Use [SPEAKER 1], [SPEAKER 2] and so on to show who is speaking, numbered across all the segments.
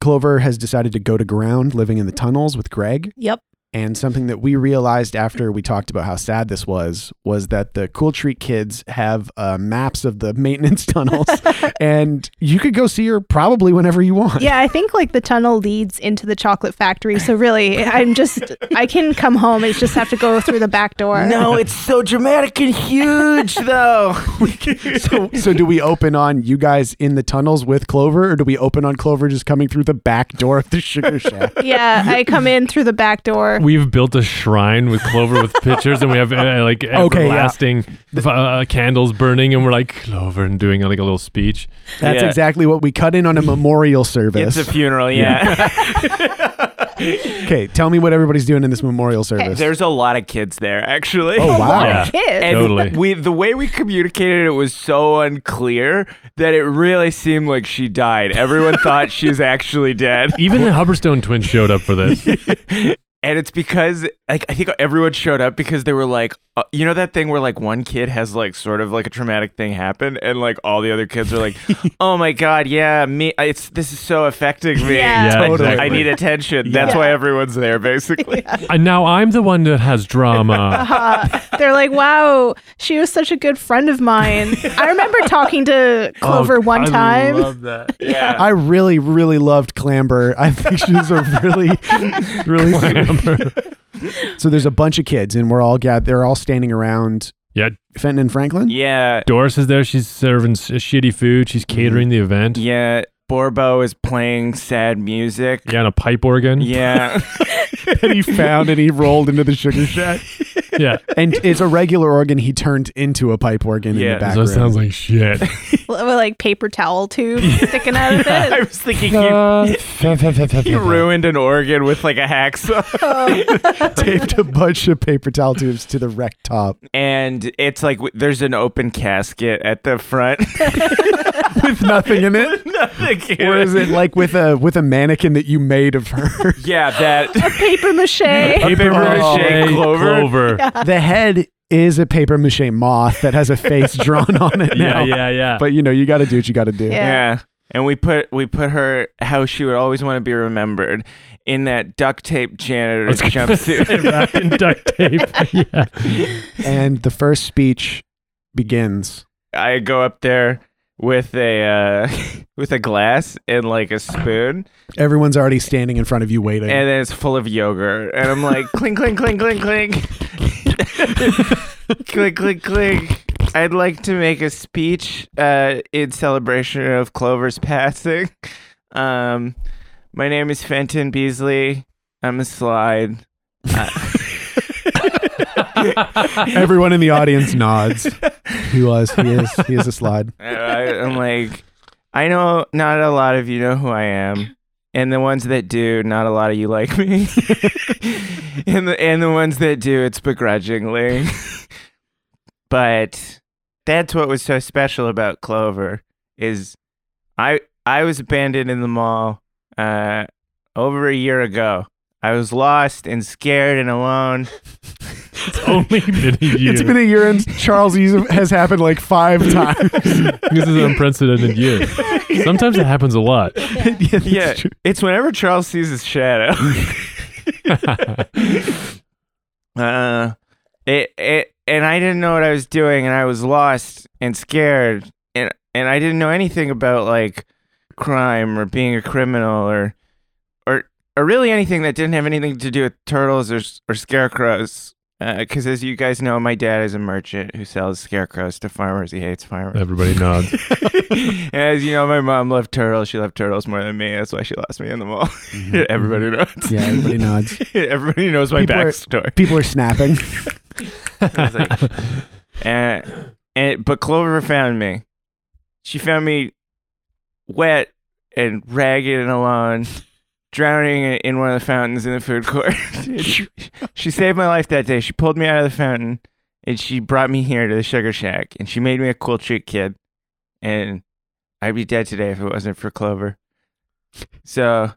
[SPEAKER 1] Clover has decided to go to ground living in the tunnels with Greg.
[SPEAKER 2] Yep.
[SPEAKER 1] And something that we realized after we talked about how sad this was was that the Cool Treat kids have uh, maps of the maintenance tunnels, and you could go see her probably whenever you want.
[SPEAKER 2] Yeah, I think like the tunnel leads into the chocolate factory. So really, I'm just I can come home. I just have to go through the back door.
[SPEAKER 3] No, it's so dramatic and huge, though.
[SPEAKER 1] So, so do we open on you guys in the tunnels with Clover, or do we open on Clover just coming through the back door of the Sugar Shack?
[SPEAKER 2] Yeah, I come in through the back door.
[SPEAKER 4] We've built a shrine with Clover with pictures, and we have uh, like
[SPEAKER 1] Okay, yeah.
[SPEAKER 4] everlasting uh, candles burning, and we're like Clover and doing like a little speech.
[SPEAKER 1] That's
[SPEAKER 3] Yeah.
[SPEAKER 1] exactly what we cut in on a memorial service.
[SPEAKER 3] It's a funeral, yeah.
[SPEAKER 1] okay, tell me what everybody's doing in this memorial service.
[SPEAKER 3] There's a lot of kids there, actually.
[SPEAKER 1] Oh, wow.
[SPEAKER 4] Yeah.
[SPEAKER 2] Kids.
[SPEAKER 3] And
[SPEAKER 4] Totally.
[SPEAKER 3] we the way we communicated it was so unclear that it really seemed like she died. Everyone thought she's actually dead.
[SPEAKER 4] Even the Hubberstone twins showed up for this.
[SPEAKER 3] And it's because like I think everyone showed up because they were like uh, you know that thing where like one kid has like sort of like a traumatic thing happen and like all the other kids are like, "Oh my god, yeah, me it's this is so affecting me.
[SPEAKER 2] Yeah.
[SPEAKER 4] Yeah,
[SPEAKER 3] I-
[SPEAKER 1] Totally.
[SPEAKER 3] I need attention." That's why everyone's there basically.
[SPEAKER 4] and now I'm the one that has drama.
[SPEAKER 2] Uh, they're like, wow, she was such a good friend of mine. I remember talking to Clover
[SPEAKER 4] Oh,
[SPEAKER 2] one
[SPEAKER 4] I
[SPEAKER 2] time.
[SPEAKER 4] love that.
[SPEAKER 3] Yeah.
[SPEAKER 1] I really, really loved Clamber. I think she's a really, really. So there's a bunch of kids, and we're all gathered. They're all standing around
[SPEAKER 4] yeah,
[SPEAKER 1] Fenton and Franklin.
[SPEAKER 3] yeah.
[SPEAKER 4] Doris is there. She's serving s- shitty food. She's catering the event.
[SPEAKER 3] Yeah, Borbo is playing sad music.
[SPEAKER 4] Yeah, and a pipe organ.
[SPEAKER 3] Yeah.
[SPEAKER 1] that he found and he rolled into the sugar shack.
[SPEAKER 4] yeah.
[SPEAKER 1] And it's a regular organ he turned into a pipe organ in
[SPEAKER 3] Yeah,
[SPEAKER 1] the back
[SPEAKER 4] So it
[SPEAKER 1] room.
[SPEAKER 4] sounds like shit.
[SPEAKER 2] With like paper towel tube sticking out of
[SPEAKER 3] I
[SPEAKER 2] it.
[SPEAKER 3] was thinking you, you ruined an organ with like a hacksaw.
[SPEAKER 1] taped a bunch of paper towel tubes to the rec top.
[SPEAKER 3] and it's like w- there's an open casket at the front.
[SPEAKER 1] With nothing in it.
[SPEAKER 3] Nothing in
[SPEAKER 1] Or is it like with a with a mannequin that you made of her?
[SPEAKER 3] Yeah, that.
[SPEAKER 2] Paper mache.
[SPEAKER 4] Paper
[SPEAKER 3] mache clover.
[SPEAKER 1] the head is a paper mache moth that has a face drawn on it
[SPEAKER 4] Yeah,
[SPEAKER 1] now.
[SPEAKER 4] yeah, yeah.
[SPEAKER 1] But you know, you gotta do what you gotta do.
[SPEAKER 2] Yeah.
[SPEAKER 3] Yeah. And we put we put her how she would always want to be remembered in that duct tape janitor
[SPEAKER 4] was gonna
[SPEAKER 3] jumpsuit.
[SPEAKER 4] Wrapped in duct tape. Yeah.
[SPEAKER 1] And the first speech begins.
[SPEAKER 3] I go up there with a uh, with a glass and like a spoon,
[SPEAKER 1] Everyone's already standing in front of you waiting.
[SPEAKER 3] and then it's full of yogurt, and I'm like clink clink clink clink clink, click click click. I'd like to make a speech uh, in celebration of Clover's passing. Um, my name is Fenton Beasley. I'm a slide. Uh,
[SPEAKER 1] Everyone in the audience nods. He was, he is, he is a slide.
[SPEAKER 3] And I, I'm like, I know not a lot of you know who I am, and the ones that do, not a lot of you like me, and the and the ones that do, it's begrudgingly. but that's what was so special about Clover is, I I was abandoned in the mall uh, over a year ago. I was lost and scared and alone.
[SPEAKER 4] It's only been a year.
[SPEAKER 1] It's been a year and Charles Ease has happened like five times.
[SPEAKER 4] this is an unprecedented year. Sometimes it happens a lot.
[SPEAKER 1] yeah, that's
[SPEAKER 3] Yeah,
[SPEAKER 1] true.
[SPEAKER 3] it's whenever Charles sees his shadow. Uh, it, it, and I didn't know what I was doing, and I was lost and scared, and and I didn't know anything about like crime or being a criminal or or or really anything that didn't have anything to do with turtles or s- or scarecrows. Because as you guys know, my dad is a merchant who sells scarecrows to farmers. He hates farmers.
[SPEAKER 4] Everybody nods.
[SPEAKER 3] and as you know, my mom loved turtles. She loved turtles more than me. That's why she lost me in the mall. Everybody knows.
[SPEAKER 1] Mm-hmm. Yeah, everybody nods.
[SPEAKER 3] Everybody knows my
[SPEAKER 1] People are-
[SPEAKER 3] backstory.
[SPEAKER 1] People are snapping.
[SPEAKER 3] I was like, and, and but Clover found me. She found me wet and ragged and alone, drowning in- in one of the fountains in the food court. she, she saved my life that day. She pulled me out of the fountain and she brought me here to the Sugar Shack and she made me a cool treat kid. And I'd be dead today if it wasn't for Clover. So,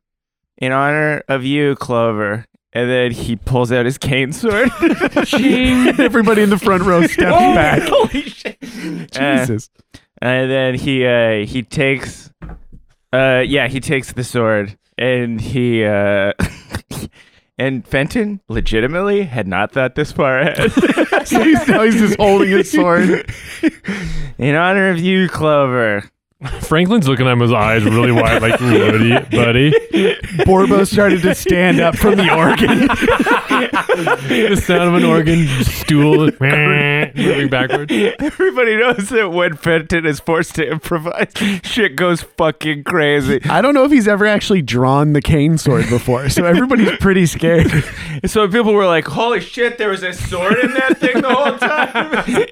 [SPEAKER 3] in honor of you, Clover. And then he pulls out his cane sword.
[SPEAKER 1] Everybody in the front row steps
[SPEAKER 3] Oh,
[SPEAKER 1] back.
[SPEAKER 3] Holy shit. Jesus.
[SPEAKER 1] Jesus.
[SPEAKER 3] and then he uh, he takes uh yeah, he takes the sword and he uh and Fenton legitimately had not thought this far ahead.
[SPEAKER 1] So he's, now he's just holding his sword.
[SPEAKER 3] In honor of you, Clover.
[SPEAKER 4] Franklin's looking at him with his eyes really wide, like, buddy, buddy.
[SPEAKER 1] Borbo started to stand up from the organ.
[SPEAKER 4] The sound of an organ stool moving backward.
[SPEAKER 3] Everybody knows that when Fenton is forced to improvise, shit goes fucking crazy.
[SPEAKER 1] I don't know if he's ever actually drawn the cane sword before, so everybody's pretty scared.
[SPEAKER 3] So people were like, "Holy shit, there was a sword in that thing the whole time."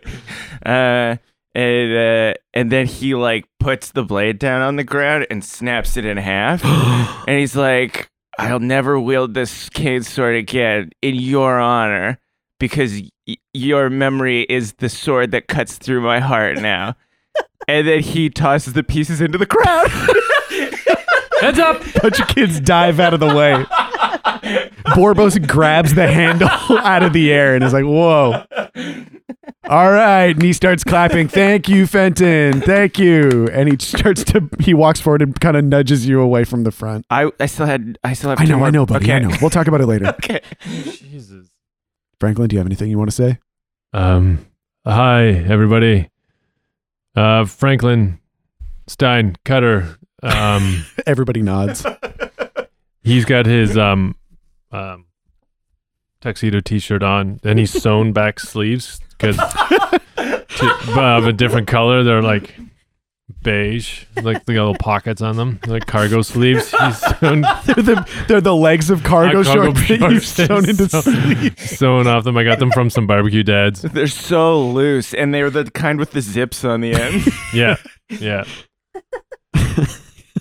[SPEAKER 3] uh, and uh, and then he like puts the blade down on the ground and snaps it in half, and he's like, "I'll never wield this cane sword again in your honor because y- your memory is the sword that cuts through my heart now." and then he tosses the pieces into the crowd.
[SPEAKER 4] Heads up!
[SPEAKER 1] bunch of kids dive out of the way. Borbos grabs the handle out of the air and is like, whoa. All right. And he starts clapping. Thank you, Fenton. Thank you. And he starts to, he walks forward and kind of nudges you away from the front.
[SPEAKER 3] I, I still had I still have
[SPEAKER 1] I
[SPEAKER 3] two
[SPEAKER 1] know,
[SPEAKER 3] more-
[SPEAKER 1] I know, buddy.
[SPEAKER 3] okay.
[SPEAKER 1] I know. We'll talk about it later.
[SPEAKER 3] Okay.
[SPEAKER 4] Jesus.
[SPEAKER 1] Franklin, do you have anything you want to say?
[SPEAKER 4] Um, hi everybody. Uh, Franklin Stein Cutter. Um,
[SPEAKER 1] Everybody nods.
[SPEAKER 4] he's got his um, um, tuxedo T-shirt on, and he's sewn back sleeves because of a different color. They're like beige, like they got little pockets on them, like cargo sleeves. He's sewn,
[SPEAKER 1] they're, the, they're the legs of cargo,
[SPEAKER 4] Uh, cargo
[SPEAKER 1] shorts that you've
[SPEAKER 4] shorts.
[SPEAKER 1] sewn into
[SPEAKER 4] So-
[SPEAKER 1] sleeves.
[SPEAKER 4] sewn off them. I got them from some barbecue dads.
[SPEAKER 3] They're so loose, and they're the kind with the zips on the end.
[SPEAKER 4] Yeah, yeah.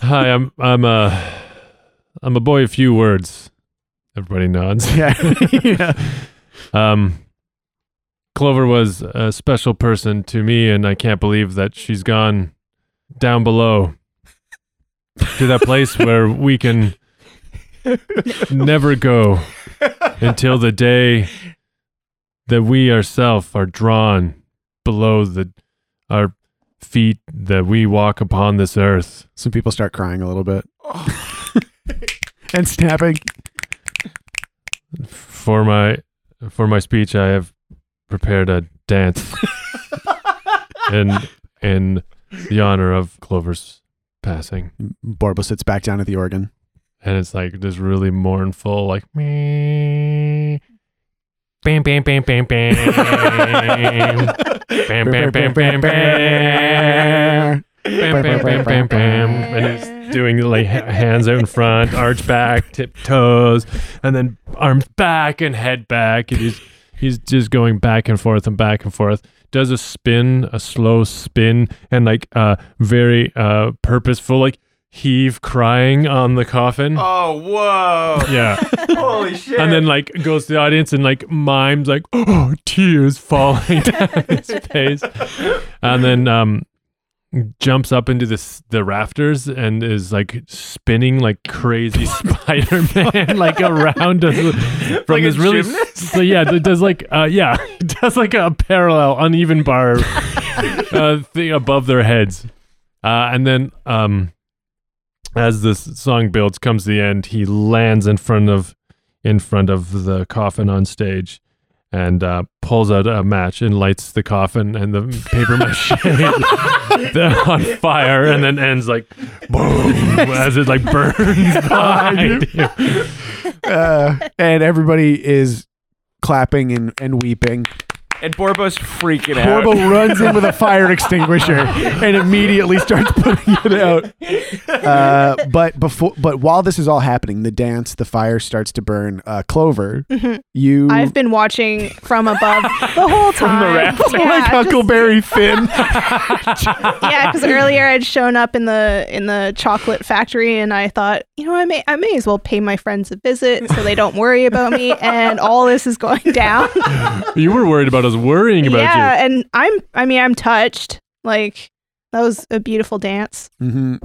[SPEAKER 4] Hi, I'm I'm a I'm a boy of few words. Everybody nods.
[SPEAKER 1] Yeah. yeah.
[SPEAKER 4] Um, Clover was a special person to me, and I can't believe that she's gone down below to that place where we can never go until the day that we ourselves are drawn below the our feet that we walk upon this earth.
[SPEAKER 1] Some people start crying a little bit and snapping.
[SPEAKER 4] For my for my speech, I have prepared a dance in in the honor of Clover's passing,
[SPEAKER 1] Borbo sits back down at the organ.
[SPEAKER 4] and it's like this really mournful, like me. Bam, bam, bam, bam, bam. bam, bam, bam, bam, bam. Bam, bam, bam, bam, bam. And it's doing like ha- hands out in front, arch back, tiptoes, and then arms back and head back. And he's, he's just going back and forth and back and forth. Does a spin, a slow spin, and like uh, very uh, purposeful, like heave crying on the coffin.
[SPEAKER 3] oh, whoa!
[SPEAKER 4] Yeah.
[SPEAKER 3] Holy shit!
[SPEAKER 4] And then like goes to the audience and like mimes like oh tears falling down his face, and then um jumps up into this the rafters and is like spinning like crazy Spider Man like around us from
[SPEAKER 3] Like a
[SPEAKER 4] this really
[SPEAKER 3] gymnast?
[SPEAKER 4] so yeah it does like uh yeah it does like a parallel uneven bar uh thing above their heads, uh and then um. As this song builds, comes the end. He lands in front of in front of the coffin on stage and uh, pulls out a match and lights the coffin and the paper mache they're on fire and then ends like boom as it like burns behind you.
[SPEAKER 1] Uh, and everybody is clapping and, and weeping.
[SPEAKER 3] and Borbo's freaking out.
[SPEAKER 1] Borbo runs in with a fire extinguisher and immediately starts putting it out. Uh, but before, but while this is all happening, the dance, the fire starts to burn. Uh, Clover, you
[SPEAKER 2] Mm-hmm. I've been watching from above the whole time.
[SPEAKER 1] rafters.
[SPEAKER 2] Yeah,
[SPEAKER 1] like
[SPEAKER 2] just-
[SPEAKER 1] Huckleberry Finn.
[SPEAKER 2] yeah, because earlier I'd shown up in the in the chocolate factory, and I thought, you know, I may I may as well pay my friends a visit so they don't worry about me. And all this is going down.
[SPEAKER 4] You were worried about us worrying about
[SPEAKER 2] yeah,
[SPEAKER 4] you.
[SPEAKER 2] and I'm I mean I'm touched. Like that was a beautiful dance.
[SPEAKER 1] hmm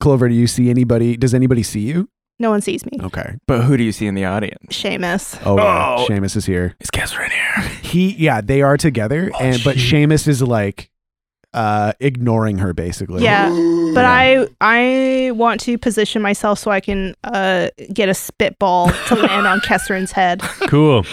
[SPEAKER 1] Clover, do you see anybody? Does anybody see you?
[SPEAKER 2] No one sees me.
[SPEAKER 1] Okay.
[SPEAKER 3] but who do you see in the audience?
[SPEAKER 2] Seamus.
[SPEAKER 1] Oh, yeah.
[SPEAKER 3] Oh.
[SPEAKER 1] Seamus is here.
[SPEAKER 3] Is Kessler in here?
[SPEAKER 4] Oh,
[SPEAKER 1] He, yeah, they are together, and but Seamus is like, uh, ignoring her basically.
[SPEAKER 2] Yeah, but I I want to position myself so I can uh, get a spitball to land on Kesserin's head.
[SPEAKER 4] Cool.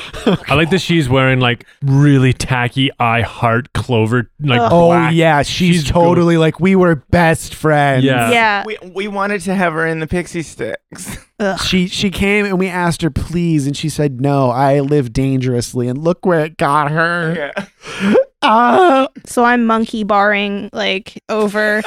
[SPEAKER 4] I like that she's wearing like really tacky I heart clover like
[SPEAKER 2] Ugh.
[SPEAKER 1] Oh
[SPEAKER 4] black.
[SPEAKER 1] yeah, she's,
[SPEAKER 4] She's
[SPEAKER 1] totally like we were best friends.
[SPEAKER 4] Yeah. Uh,
[SPEAKER 2] yeah,
[SPEAKER 3] we, we wanted to have her in the pixie sticks.
[SPEAKER 2] Ugh.
[SPEAKER 1] She she came and we asked her please and she said no. I live dangerously and look where it got her.
[SPEAKER 3] yeah.
[SPEAKER 1] Ah.
[SPEAKER 2] so I'm monkey barring like over.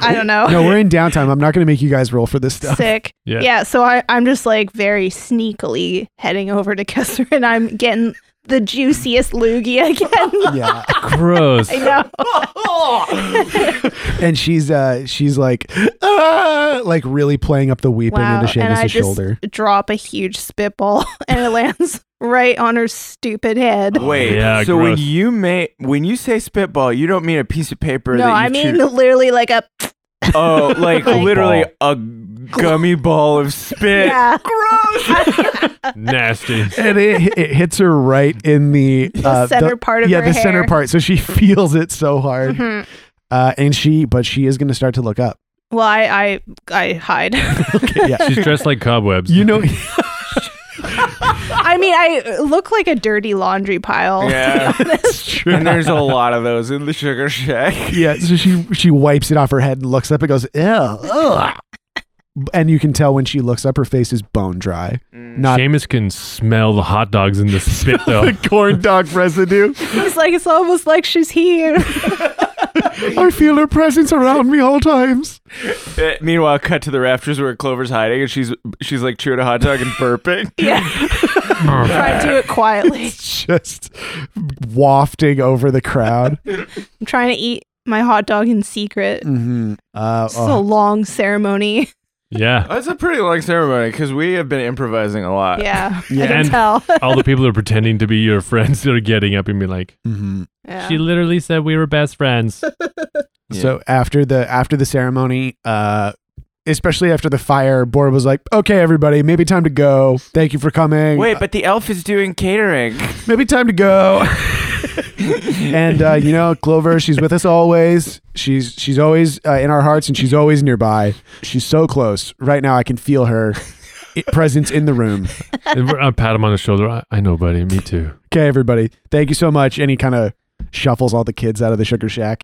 [SPEAKER 2] I don't know.
[SPEAKER 1] No, we're in downtime. I'm not going to make you guys roll for this stuff.
[SPEAKER 2] Sick.
[SPEAKER 4] Yeah.
[SPEAKER 2] Yeah. So I, I'm just like very sneakily heading over to Kessler and I'm getting the juiciest loogie again.
[SPEAKER 1] Yeah.
[SPEAKER 4] Gross.
[SPEAKER 2] I know.
[SPEAKER 1] and she's uh she's like ah, like really playing up the weeping
[SPEAKER 2] Wow.
[SPEAKER 1] into
[SPEAKER 2] And I
[SPEAKER 1] Seamus'
[SPEAKER 2] just
[SPEAKER 1] shoulder.
[SPEAKER 2] drop a huge spitball and it lands right on her stupid head.
[SPEAKER 3] Wait.
[SPEAKER 4] Yeah,
[SPEAKER 3] so when
[SPEAKER 4] gross.
[SPEAKER 3] you may when you say spitball, you don't mean a piece of paper.
[SPEAKER 2] No,
[SPEAKER 3] that you
[SPEAKER 2] I mean
[SPEAKER 3] chew-
[SPEAKER 2] literally like a
[SPEAKER 3] oh, like
[SPEAKER 2] Like-
[SPEAKER 3] literally a gummy ball of spit.
[SPEAKER 2] yeah.
[SPEAKER 4] Nasty.
[SPEAKER 1] and it, it hits her right in the, uh,
[SPEAKER 2] center part of
[SPEAKER 1] yeah
[SPEAKER 2] her
[SPEAKER 1] the
[SPEAKER 2] hair.
[SPEAKER 1] center part so she feels it so hard
[SPEAKER 2] Mhm.
[SPEAKER 1] uh, and she but she is going to start to look up
[SPEAKER 2] Well, I I, I hide.
[SPEAKER 1] yeah
[SPEAKER 4] She's dressed like cobwebs.
[SPEAKER 1] you know
[SPEAKER 2] I mean, I look like a dirty laundry pile.
[SPEAKER 3] Yeah.
[SPEAKER 1] it's true
[SPEAKER 3] and there's a lot of those in the sugar shack.
[SPEAKER 1] yeah so she she wipes it off her head and looks up and goes ew ugh." and you can tell when she looks up her face is bone dry
[SPEAKER 2] Mm-hmm.
[SPEAKER 1] not
[SPEAKER 4] Seamus can smell the hot dogs in the spit though.
[SPEAKER 1] the corn dog residue
[SPEAKER 2] It's like it's almost like she's here.
[SPEAKER 1] i feel her presence around me all times
[SPEAKER 3] Uh, meanwhile, cut to the rafters where Clover's hiding, and she's she's like chewing a hot dog and burping.
[SPEAKER 2] yeah. Try to do it quietly.
[SPEAKER 1] just wafting over the crowd
[SPEAKER 2] I'm trying to eat my hot dog in secret.
[SPEAKER 1] mm-hmm. uh,
[SPEAKER 2] It's a
[SPEAKER 1] oh.
[SPEAKER 2] long ceremony.
[SPEAKER 4] yeah.
[SPEAKER 3] That's a pretty long ceremony because we have been improvising a lot.
[SPEAKER 2] Yeah,
[SPEAKER 1] yeah.
[SPEAKER 2] I can
[SPEAKER 4] And-
[SPEAKER 2] tell.
[SPEAKER 4] All the people who are pretending to be your friends are getting up and be like,
[SPEAKER 1] Mhm.
[SPEAKER 2] Yeah.
[SPEAKER 4] She literally said we were best friends.
[SPEAKER 3] Yeah.
[SPEAKER 1] So after the after the ceremony, uh, especially after the fire, Bora was like, "Okay, everybody, maybe time to go. Thank you for coming. Uh,
[SPEAKER 3] Wait, but the elf is doing catering.
[SPEAKER 1] maybe time to go." and uh, you know, Clover, she's with us always. She's she's always uh, in our hearts, and she's always nearby. She's so close. Right now, I can feel her i- presence in the room.
[SPEAKER 4] and we're, I pat him on the shoulder. I, I know, buddy. Me too.
[SPEAKER 1] Okay, everybody, thank you so much. And he kind of shuffles all the kids out of the sugar shack.